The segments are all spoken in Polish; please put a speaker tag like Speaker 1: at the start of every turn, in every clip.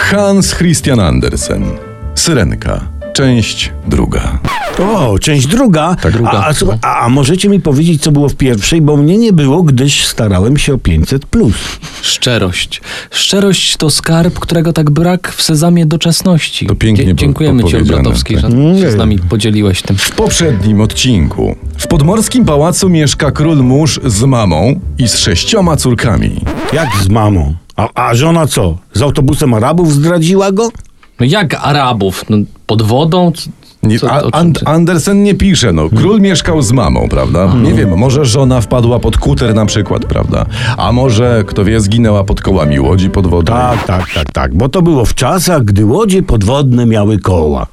Speaker 1: Hans Christian Andersen. Syrenka. Część druga.
Speaker 2: O, część druga.
Speaker 1: Tak, druga.
Speaker 2: A, a, słuchaj, a, a możecie mi powiedzieć, co było w pierwszej, bo mnie nie było, gdyż starałem się o 500 plus.
Speaker 3: Szczerość. Szczerość to skarb, którego tak brak w sezamie doczesności.
Speaker 1: To pięknie
Speaker 3: Dzie-
Speaker 1: po-
Speaker 3: Dziękujemy ci,
Speaker 1: powiedziane,
Speaker 3: Olbratowski,
Speaker 1: tak.
Speaker 3: że się z nami podzieliłeś tym.
Speaker 1: W poprzednim odcinku w podmorskim pałacu mieszka król mórz z mamą i z sześcioma córkami.
Speaker 2: Jak z mamą? A, a żona co? Z autobusem Arabów zdradziła go?
Speaker 3: No jak Arabów? No, pod wodą? Co,
Speaker 1: Nie,
Speaker 3: co-
Speaker 1: a,
Speaker 3: o czym
Speaker 1: And,
Speaker 3: ty- Hmm.
Speaker 1: Andersen nie pisze, no. Król mieszkał z mamą, prawda? Nie wiem, może żona wpadła pod kuter na przykład, prawda? A może, kto wie, zginęła pod kołami łodzi pod wodą.
Speaker 2: Tak, tak, tak, tak. Bo to było w czasach, gdy łodzie podwodne miały koła.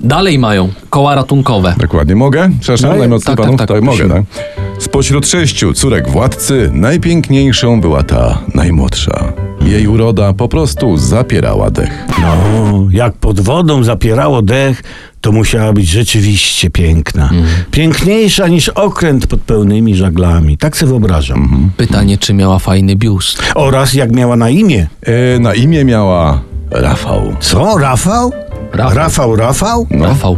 Speaker 3: Dalej mają koła ratunkowe.
Speaker 1: Dokładnie. Mogę? Przepraszam,
Speaker 3: No,
Speaker 1: najmocniej
Speaker 3: tak,
Speaker 1: panu?
Speaker 3: tak, tak,
Speaker 1: mogę, tak?
Speaker 3: prosimy.
Speaker 1: Spośród sześciu córek władcy najpiękniejszą była ta najmłodsza. Jej uroda po prostu zapierała dech.
Speaker 2: No, jak pod wodą zapierało dech, to musiała być rzeczywiście piękna. Piękniejsza niż okręt pod pełnymi żaglami. Tak sobie wyobrażam.
Speaker 3: Pytanie, czy miała fajny biust.
Speaker 2: Oraz jak miała na imię.
Speaker 1: E, na imię miała Rafał.
Speaker 2: Co, Rafał?
Speaker 3: Rafał.
Speaker 2: Rafał, Rafał?
Speaker 3: Rafał.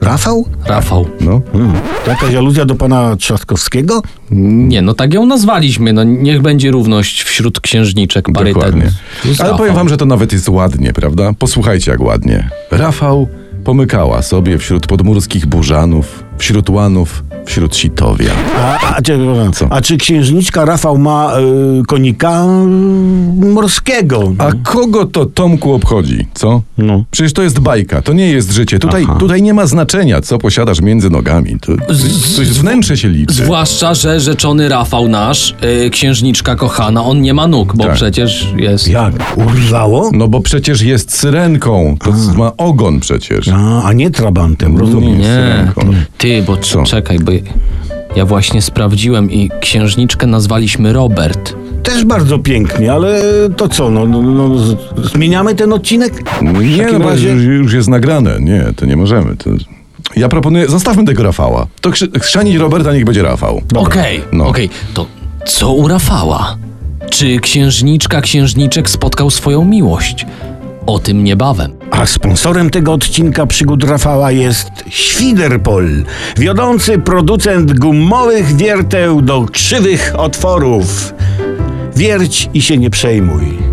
Speaker 2: Rafał?
Speaker 3: Rafał.
Speaker 1: No.
Speaker 2: To jakaś aluzja do pana Trzaskowskiego?
Speaker 3: Nie, no tak ją nazwaliśmy. No niech będzie równość wśród księżniczek, parytet.
Speaker 1: Dokładnie.
Speaker 3: Jest
Speaker 1: Ale powiem
Speaker 3: Rafał.
Speaker 1: wam, że to nawet jest ładnie, prawda? Posłuchajcie, jak ładnie. Rafał pomykała sobie wśród podmórskich burzanów, wśród łanów, wśród sitowia.
Speaker 2: A, a, czy,
Speaker 1: Co?
Speaker 2: a czy księżniczka Rafał ma y, konika y, morskiego?
Speaker 1: A kogo to Tomku obchodzi, co?
Speaker 2: No.
Speaker 1: Przecież to jest bajka, to nie jest życie. Tutaj,
Speaker 2: Aha.
Speaker 1: tutaj nie ma znaczenia, co posiadasz między nogami. To,
Speaker 3: Z-
Speaker 1: to jest wnętrze się liczy.
Speaker 3: Zwłaszcza, że rzeczony Rafał nasz, y, księżniczka kochana, on nie ma nóg, bo
Speaker 1: Tak.
Speaker 3: przecież jest...
Speaker 2: Jak? Urwało?
Speaker 1: No bo przecież jest syrenką, to ma ogon przecież.
Speaker 2: A, a nie trabantem, rozumiem.
Speaker 1: Nie.
Speaker 3: Nie,
Speaker 1: syrenką.
Speaker 3: ty, bo c-
Speaker 1: Co?
Speaker 3: czekaj, bo ja właśnie sprawdziłem i księżniczkę nazwaliśmy Robert.
Speaker 2: Też bardzo pięknie, ale to co, no, no, no z- zmieniamy ten odcinek?
Speaker 1: Nie,
Speaker 2: takim
Speaker 1: no bo
Speaker 2: razie-
Speaker 1: już, już jest nagrane. Nie, to nie możemy. To... Ja proponuję, zostawmy tego Rafała. To chrzy- chrzanić Roberta, niech będzie Rafał.
Speaker 3: Okej,
Speaker 1: No.
Speaker 3: okej, to co u Rafała? Czy księżniczka księżniczek spotkał swoją miłość? O tym niebawem.
Speaker 2: A sponsorem tego odcinka przygód Rafała jest Świderpol, wiodący producent gumowych wierteł do krzywych otworów. Wierć i się nie przejmuj.